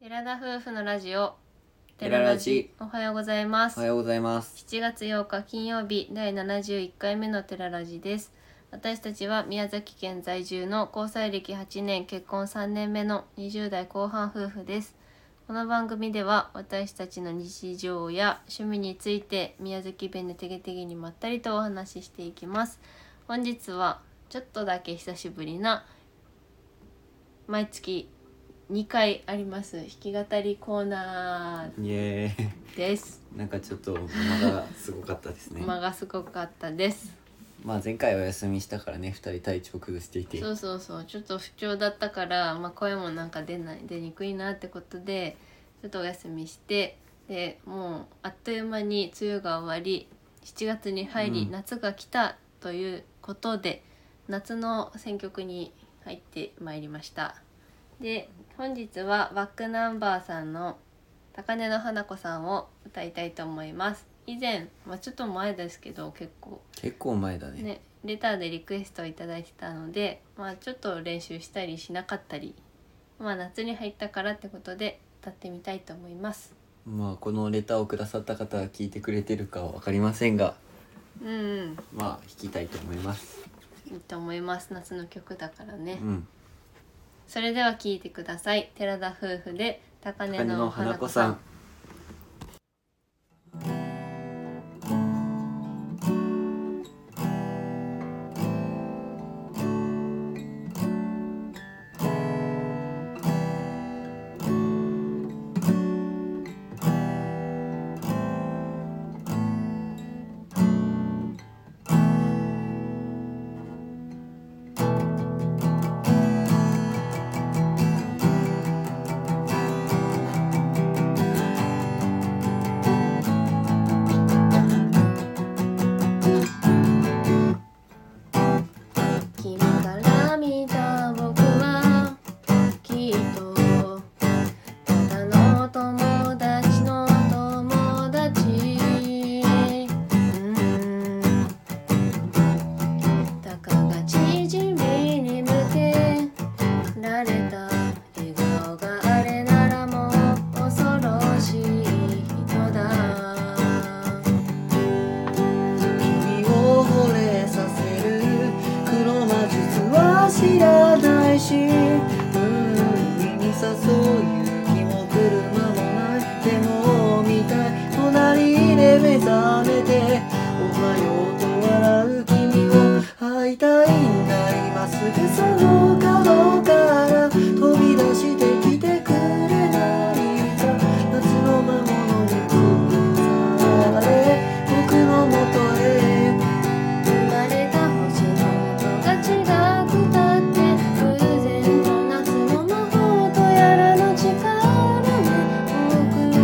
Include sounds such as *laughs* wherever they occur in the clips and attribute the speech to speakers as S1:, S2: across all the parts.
S1: 寺田夫婦のラジオ
S2: 寺ラジ
S1: おはようございま
S2: お
S1: す
S2: はようございます。
S1: 7月8日金曜日第71回目の寺ラジです私たちは宮崎県在住の交際歴8年結婚3年目の20代後半夫婦ですこの番組では私たちの日常や趣味について宮崎弁でてげてげにまったりとお話ししていきます本日はちょっとだけ久しぶりな毎月2回あります弾き語りコーナ
S2: イエー
S1: ーです
S2: イ。なんかちょっと間がすごかったですね。
S1: 間がすごかったです
S2: まあ前回お休みしたからね、二人体調崩していて。
S1: そうそうそうちょっと不調だったから、まあ、声もなんか出ない出にくいなってことでちょっとお休みしてでもうあっという間に梅雨が終わり7月に入り、
S2: うん
S1: 夏が来たということで夏の選曲に入ってまいりましたで本日はバックナンバーさんの「高根の花子さん」を歌いたいと思います以前、まあ、ちょっと前ですけど結構
S2: 結構前だね。
S1: ね、レターでリクエストをいただいてたので、まあ、ちょっと練習したりしなかったり、まあ、夏に入ったからってことで歌ってみたいと思います。
S2: まあこのレターをくださった方は聞いてくれてるかはわかりませんが、
S1: うん、うん、
S2: まあ弾きたいと思います。
S1: いいと思います夏の曲だからね、
S2: うん。
S1: それでは聴いてください寺田夫婦で高
S2: 高
S1: 根
S2: 根
S1: の
S2: の
S1: 花
S2: 花
S1: 子
S2: 子
S1: さ
S2: さ
S1: ん
S2: ん。
S1: 君から見た僕はきっとただの友達の友達うんたかが縮みに向けられた笑顔があれならもう恐ろしい人だ
S2: 君を惚れさせる黒魔術は知らないし海に誘う気も車もないでも見たい隣で目覚めておはようと笑う君を会いたいんだ今すぐその角から飛び出してきてくれないか夏の魔物にされ僕のもとへ
S1: 生まれた星の音が違くたって偶然と夏の魔法とやらの力で僕の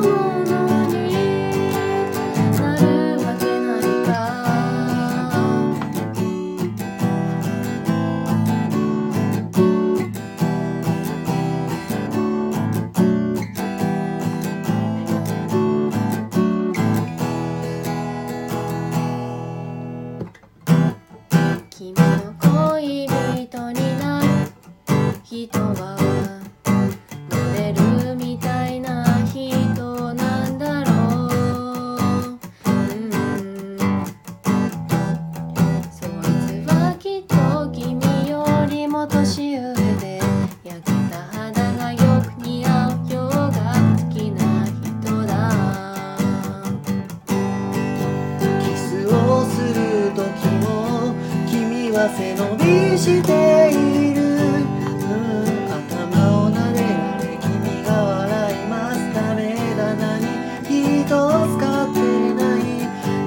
S1: ものになるわけないか君の恋人になる人はモデルみたいな人なんだろう、うん、そいつはきっと君よりも年上で焼けた肌がよく似合うようが好きな人だ
S2: キスをする時も君は背伸びしている、うん、頭を撫でられ君が笑いますダメだ何一つ使ってない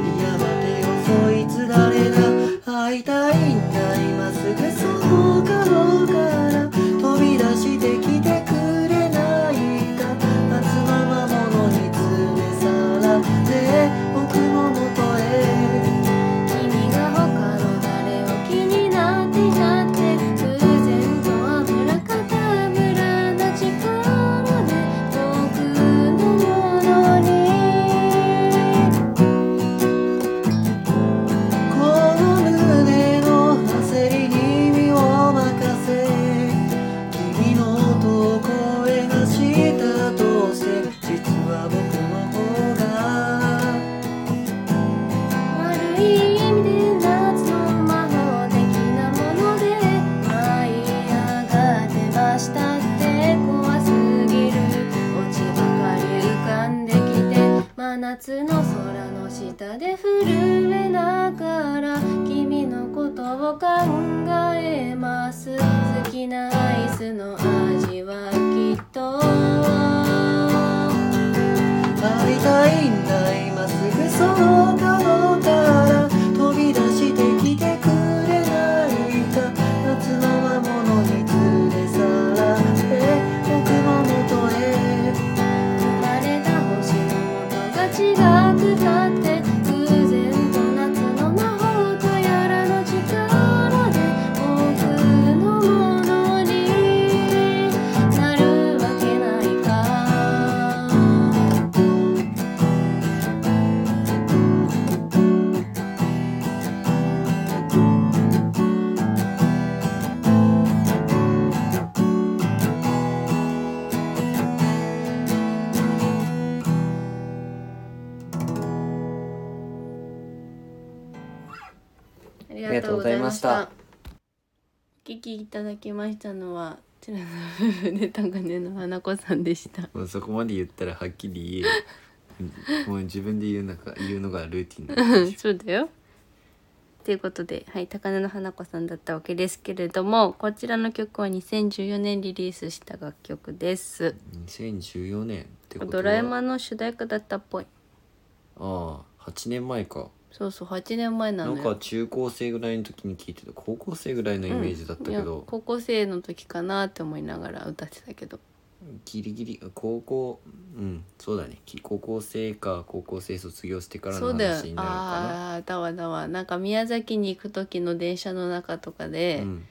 S2: 嫌がてよそいつ誰だ会いたいんだ今すぐその角から飛び出してきてくれないか夏の魔物に連れ去られ僕のもとへ
S1: 君が他の誰を気になっていたって夏の空の下で震えながら君のことを考えます好きなアイスの味はきっと
S2: 会いたいんだ今すぐその顔から飛び出してきてくれないか夏の魔物に連れ去られ僕の元へ
S1: 生まれた星の音が違くたって偶然と夏の魔法とやらの力で僕のものになるわけないかありがとうございました。
S2: ありがとうございました
S1: お聞きいただきましたのは、テラの夫婦で高根の花子さんでした。
S3: もうそこまで言ったらはっきり言
S2: *laughs*
S3: えよもう自分で言うのか言うのがルーティンな
S1: *laughs*
S3: んでし
S1: そうだよ。ということで、はい、高根の花子さんだったわけですけれども、こちらの曲は2014年リリースした楽曲です。
S3: ょ2014年ってこと
S1: ド
S3: は
S1: ラえも
S3: あ
S1: んの主題歌だったっぽい。
S3: あ8年前か
S1: そうそう、8年前な
S3: な
S1: の
S3: ん
S1: よ。
S3: か中高生ぐらいの時に聞いてた高校生ぐらいのイメージだったけ
S1: うんいや
S3: ど、
S1: 高校生の時かなって思いながら歌ってたけど。
S3: ギリギリ高校うんそうだねき高校生か高校生卒業してからの
S1: そうだよ
S3: 話になるのか
S1: ああーだわだわなんか宮崎に行く時の電車の中とか
S3: な
S1: で
S3: うん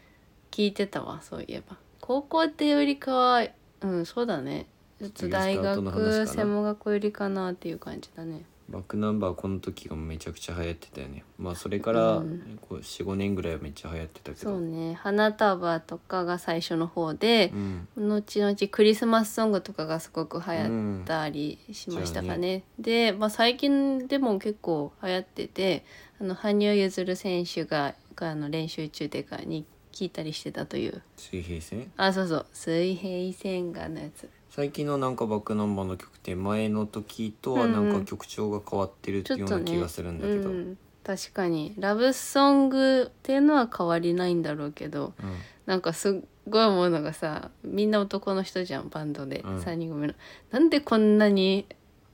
S1: 聞いてたわ、そういえば高校ってよりかはうんそうだねちょっと大
S3: 卒業した後の話か
S1: 学
S3: な
S1: 専門学よりかなっていう感じだね
S3: バックナンバーこの時がめちゃくちゃ流行ってたよねまあそれから
S1: うん
S3: こう45年ぐらいはめっちゃ流行ってたけど
S1: そうね花束とかが最初の方で
S3: う、ん
S1: 後々クリスマスソングとかがすごく流行ったりしましたか
S3: うん
S1: ね。で、まあ、最近でも結構流行っててあの羽生結弦選手があの練習中でかに聞いたりしてたという
S3: 水平線
S1: あそうそう「水平線が」のやつ
S3: 最近のなんかバックナンバーの曲って前の時とはなんか曲調が変わってる
S1: ちょ
S3: よ
S1: っ
S3: う
S1: と
S3: な
S1: ね
S3: 気がするんだ
S1: う
S3: けど、うん
S1: ん、確かにラブソングっていうのは変わりないんだろうけどなんかすっごい思うのがさみんな男の人じゃんバンドで、
S3: うん
S1: 3人組のなんでこんなに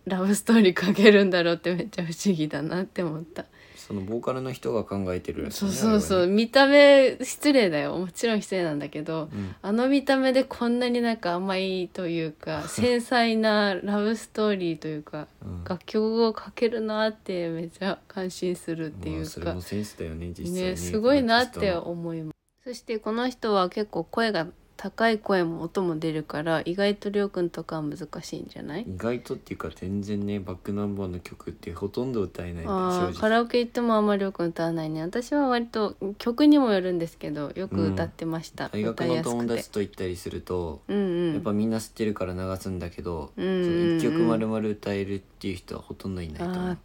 S1: ラブストーリーかけるんだろうってめっちゃ不思議だなって思った、
S3: そのボーカルの人が考えてるやつ
S1: そ
S3: ね
S1: うそうそ
S3: あ
S1: う、
S3: れはね
S1: 見た目失礼だよもちろん失礼なんだけど
S3: うん
S1: あの見た目でこんなになんか甘いという
S3: *laughs*
S1: か繊細なラブストーリーというか
S3: うん
S1: 楽曲をかけるなってめっちゃ感心するってい
S3: ま
S1: う
S3: あ
S1: か、
S3: それもセンスだよね実際
S1: ね
S3: ね
S1: すごいなっ
S3: アーティ
S1: て
S3: ストの
S1: 思いますそしてこの人は結構声が高い声も音も出るから意外とりょうくんとかは難しいんじゃない
S3: 意外とっていうか全然ねバックナンバーの曲ってほとんど歌えないんだ
S1: あー
S3: 正
S1: カ
S3: 直
S1: ラオケ行ってもあんまりょうくん歌わないね私は割と曲にもよるんですけどよく歌ってました、
S3: 大
S1: 歌
S3: 学
S1: い
S3: の
S1: やす
S3: 友
S1: くて
S3: 達と行ったりすると、
S1: うんうん
S3: やっぱみんな知ってるから流すんだけど、
S1: うんうん
S3: その
S1: うん
S3: 1曲丸々歌えるっていう人はほとんどいないと思
S1: あ
S3: う
S1: ー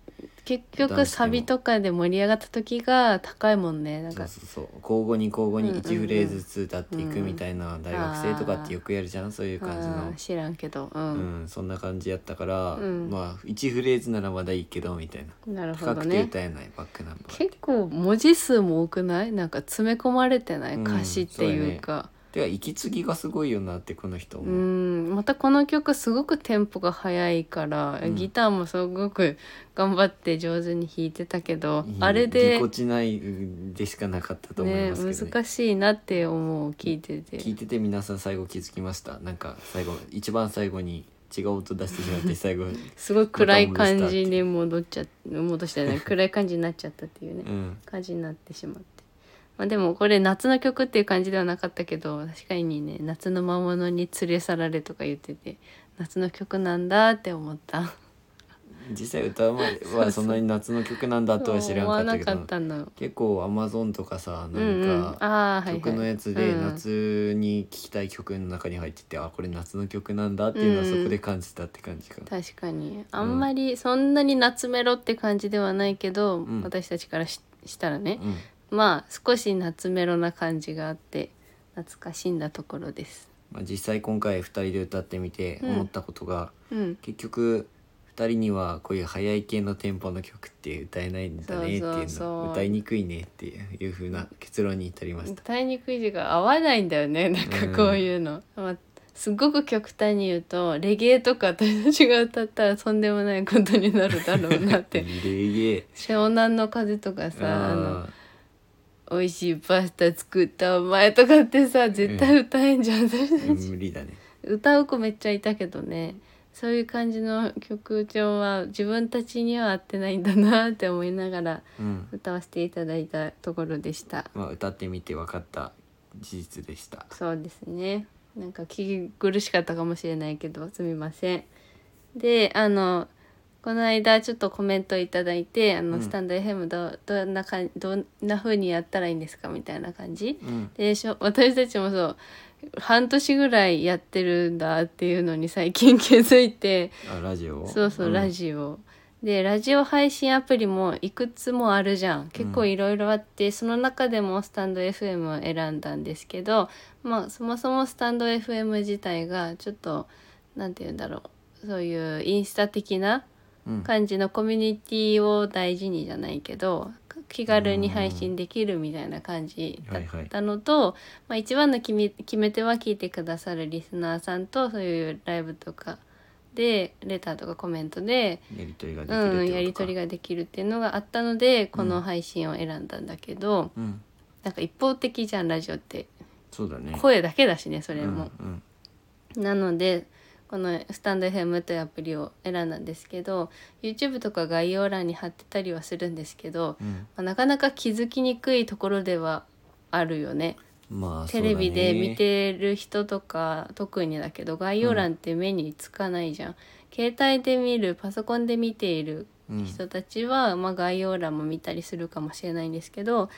S1: 結局サビとかで盛り上がった時が高いもんねなん
S3: そう
S1: か
S3: そうそう交互に交互
S1: うんうん
S3: に
S1: うん
S3: 1フレーズずつ歌っていくみたいな大学生とかってよくやるじゃんそういう感じ
S1: あー知らんけどう
S3: の、
S1: ん、
S3: うん、そんな感じやったから、
S1: うん
S3: まあ1フレーズならまだいいけどみたいな
S1: なるほ
S3: 深
S1: ど
S3: くて
S1: ね
S3: 歌えないバックナンバーって
S1: 結構文字数も多くないなんか詰め込まれてない、
S3: うん
S1: 歌詞っていうか
S3: てか息継ぎがすごいよなってこの人
S1: う,、
S3: 思う、
S1: んまたこの曲すごくテンポが速いから、
S3: うん
S1: ギターもすごく頑張って上手に弾いてたけど、
S3: いい
S1: あれで
S3: ぎこちないうんでしかなかったと思い
S1: ね
S3: ますけどね
S1: 難しいなって思う聞いてて
S3: 聞いてて皆さん最後気づきましたなんか最後一番最後に違う音出してしまって最後
S1: *laughs* すごい暗い感じに戻っちゃ戻したよね暗い感じになっちゃったっていうね、
S3: うん
S1: 感じになってしまって。まあでもこれ夏の曲っていう感じではなかったけど確かにね夏の魔物に連れ去られとか言ってて夏の曲なんだって思った
S3: 実際歌うまではそんなに夏の曲なんだとは知ら
S1: 思
S3: んか
S1: わ
S3: った
S1: な
S3: け
S1: か
S3: ど
S1: ったの
S3: 結構アマゾンとかさ
S1: う
S3: なん
S1: うん
S3: んか
S1: あーはいはい
S3: 曲のやつで
S1: うん
S3: 夏に聴きたい曲の中に入ってて、あこれ夏の曲なんだっていうのは
S1: うん
S3: そこで感じたって感じか、
S1: 確かにあんまりそんなに夏メロって感じではないけど、
S3: ん
S1: 私たちからししたらね
S3: う、ん
S1: まあ少し夏メロな感じがあって懐かしんだところです
S3: まあ、実際今回2人で歌ってみて
S1: うん
S3: 思ったことが、
S1: うん
S3: 結局2人にはこういう速い系のテンポの曲って歌えないんだねっていうの
S1: そうそうそう
S3: 歌いにくいねっていうふうな結論に至りました。
S1: 歌いにくい字が合わないんだよね *laughs* なんかこういうの、まあ、すごく極端に言うとレゲエとか私たちが歌ったらとんでもないことになるだろうなって
S3: レゲエ
S1: *laughs* 湘南の風とかさあの
S3: あ
S1: 美味しいパスタ作ったお前とかってさ絶対歌えんじゃん、
S3: ー無理だね。
S1: *laughs* 歌う子めっちゃいたけどねそういう感じの曲調は自分たちには合ってないんだなって思いながら
S3: うん。
S1: 歌わせていただいたところでした
S3: まあ歌ってみて分かった事実でした。
S1: そうですねなんか聞き苦しかったかもしれないけどすみませんであのこの間ちょっとコメントいただいてあの、
S3: うん
S1: スタンド FM どどんなかんどんな風にやったらいいんですかみたいな感じ
S3: うん。
S1: でしょ私たちもそう半年ぐらいやってるんだっていうのに最近気づいて
S3: あラジオを。
S1: そうそう、ラ
S3: オ。
S1: ジオでラジオ配信アプリもいくつもあるじゃん結構いろいろあって、その中でもスタンド FM を選んだんですけどまあそもそもスタンド FM 自体がちょっと何て言うんだろうそういうインスタ的な
S3: うん。
S1: 感じのコミュニティを大事にじゃないけど気軽に配信できるみたいな感じだったのと、まあ、一番の決め決め手は聞いてくださるリスナーさんとそういうライブとかでレターとかコメントで、
S3: やりとりができるって
S1: う
S3: こと
S1: ん、
S3: か
S1: やり取り。ができるっていうのがあったのでこの配信を選んだんだけど、
S3: うん。
S1: なんか一方的じゃんラジオって
S3: そうだね。
S1: 声だけだしねそれも。
S3: うんうん
S1: なのでこのスタンド FM というアプリを選んだんですけど YouTube とか概要欄に貼ってたりはするんですけど、
S3: うん
S1: まあなかなか気づきにくいところではあるよね
S3: まあ
S1: テレビで見
S3: そう
S1: てる人とか特にだけど概要欄って目につかないじゃん、携帯で見るパソコンで見ている
S3: だね
S1: 人たちは、まあ、概要欄も見たりするかもしれないんですけど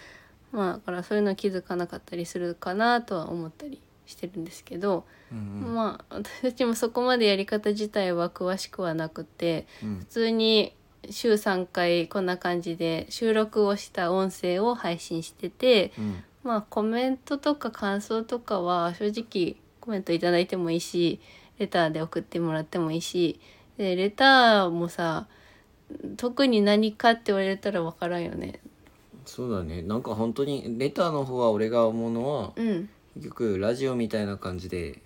S1: まあだからそういうの気づかなかったりするかなとは思ったりしてるんですけど、
S3: うんうん
S1: まあ私たちもそこまでやり方自体は詳しくはなくて
S3: うん
S1: 普通に週3回こんな感じで収録をした音声を配信してて
S3: うん
S1: まあコメントとか感想とかは正直コメントいただいてもいいしレターで送ってもらってもいいしでレターもさ特に何かって言われたら分からんよね。
S3: そうだねなんか本当にレターの方は俺が思うのは
S1: うん、
S3: よくラジオみたいな感じで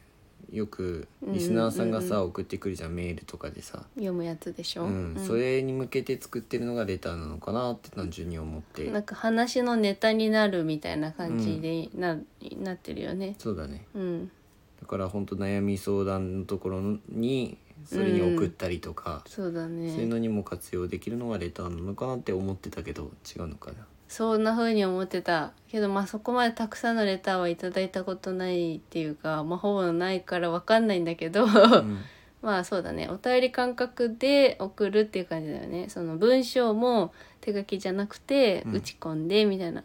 S3: よくリスナーさんがさ、送ってくるじゃんメールとかでさ、
S1: 読むやつでし
S3: う
S1: ょ、
S3: ん
S1: うん
S3: それに向けて作ってるのがレターなのかなって単純に思って
S1: なんか話のネタになるみたいな感じでな,、なってるよね。
S3: そうだね
S1: うん、
S3: だから本当悩み相談のところにそれに送ったりとか、
S1: そうだ
S3: そういう
S1: ね。
S3: のにも活用できるのがレターなのかなって思ってたけど違うのかな
S1: そんな風に思ってたけどまあそこまでたくさんのレターはいただいたことないっていうかまあほぼないからわかんないんだけど、 *laughs*
S3: うん
S1: まあそうだねお便り感覚で送るっていう感じだよねその文章も手書きじゃなくて
S3: うん
S1: 打ち込んでみたいな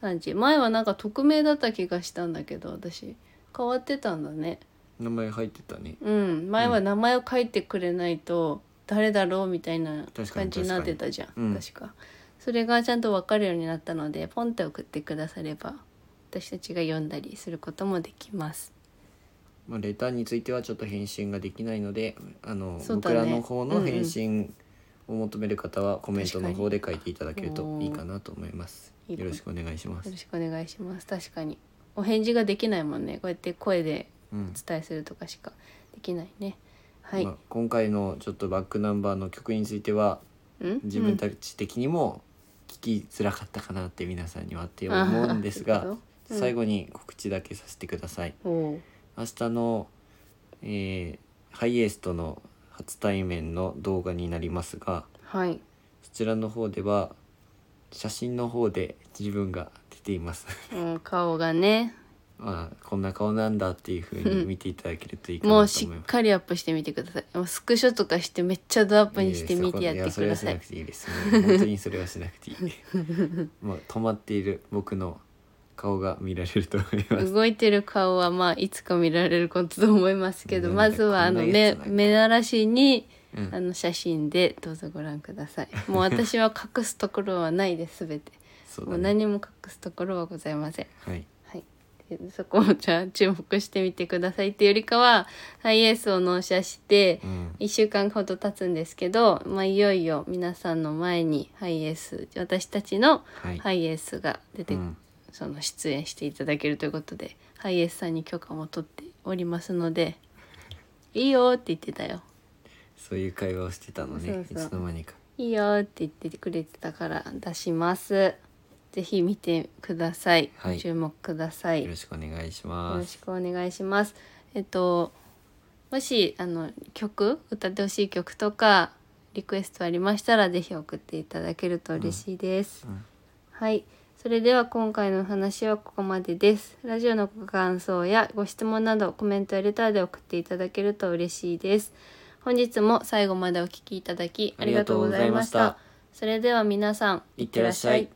S1: 感じ、前はなんか匿名だった気がしたんだけど私変わってたんだね
S3: 名前入ってたね
S1: うん前は名前を書いてくれないと誰だろうみたいな
S3: 確かに
S1: 感じになってたじゃん確
S3: 確
S1: か,、
S3: かにうん
S1: それがちゃんと分かるようになったのでポンって送ってくだされば私たちが読んだりすることもできます
S3: まあ、レターについてはちょっと返信ができないのであの、
S1: そうだ
S3: 僕
S1: ね
S3: らの方
S1: う
S3: の
S1: んうん
S3: 返信を求める方はコメントの方で書いていただけるといいかなと思います。
S1: 確かに
S3: よろしくお願いしま
S1: よ
S3: す
S1: ろ。しくお願いします確かにお返事ができないもんねこうやって声で
S3: うん
S1: お伝えするとかしかできないねはい、
S3: まあ、今回のちょっとバックナンバーの曲については
S1: うん
S3: 自分
S1: ち
S3: たち的にも聞きづらかったかなって皆さんにはって思うんですが、最後に告知だけさせてください。
S1: おお
S3: 明日の、えーハイエースとの初対面の動画になりますが。
S1: ーはい
S3: そちらの方では写真の方で自分が出ています。 *laughs*
S1: うん顔がね
S3: まあこんな顔なんだっていう風に見ていただけるといいか
S1: も
S3: な
S1: う
S3: と
S1: し
S3: 思い
S1: っ
S3: ます。
S1: かりアップしてみてくださいもうスクショとかしてめっちゃドアップにしてみてやって
S3: そ
S1: く
S3: れ
S1: だ
S3: はし
S1: さ
S3: ないくていいです。もう本当にそれはしなくていい。もう止まっている僕の顔が見られると思います。
S1: 動いてる顔はまあいつか見られることと思いますけど
S3: ね
S1: まずはあの
S3: こんな
S1: 目
S3: やつなんか
S1: 目慣らしに
S3: うん
S1: あの写真でどうぞご覧くださいもう私は隠すところはないですべて
S3: そう
S1: もう
S3: だね。
S1: 何も隠すところはございません
S3: はい。
S1: はいそこをじゃあ注目してみてくださいっていうよりかはハイエースを納車して
S3: うん
S1: 1週間ほど経つんですけど、まあ、いよいよ皆さんの前にハイエース私たちの
S3: はい、
S1: ハイエースが出て、
S3: うん
S1: その出演していただけるということでハイエースさんに許可も取っておりますのでいいよって言ってたよ
S3: そういう会話をしてたのね
S1: そうそう
S3: いつの間にか
S1: いいよって言ってくれてたから出しますぜひ見てください、
S3: はい
S1: 注目ください
S3: よ
S1: よ
S3: ろしくお願いし
S1: ろ
S3: ま
S1: し
S3: す
S1: くお願いしますえっともしあの曲歌ってほしい曲とかリクエストありましたらぜひ送っていただけると嬉しいです、
S3: うん
S1: はい。それでは今回のお話はここまでです。ラジオのご感想やご質問などコメントやレターで送っていただけると嬉しいです。本日も最後までお聞きいただきありがとうございました。
S3: ありがとうございま
S1: それでは皆さん、
S3: いってらっしゃい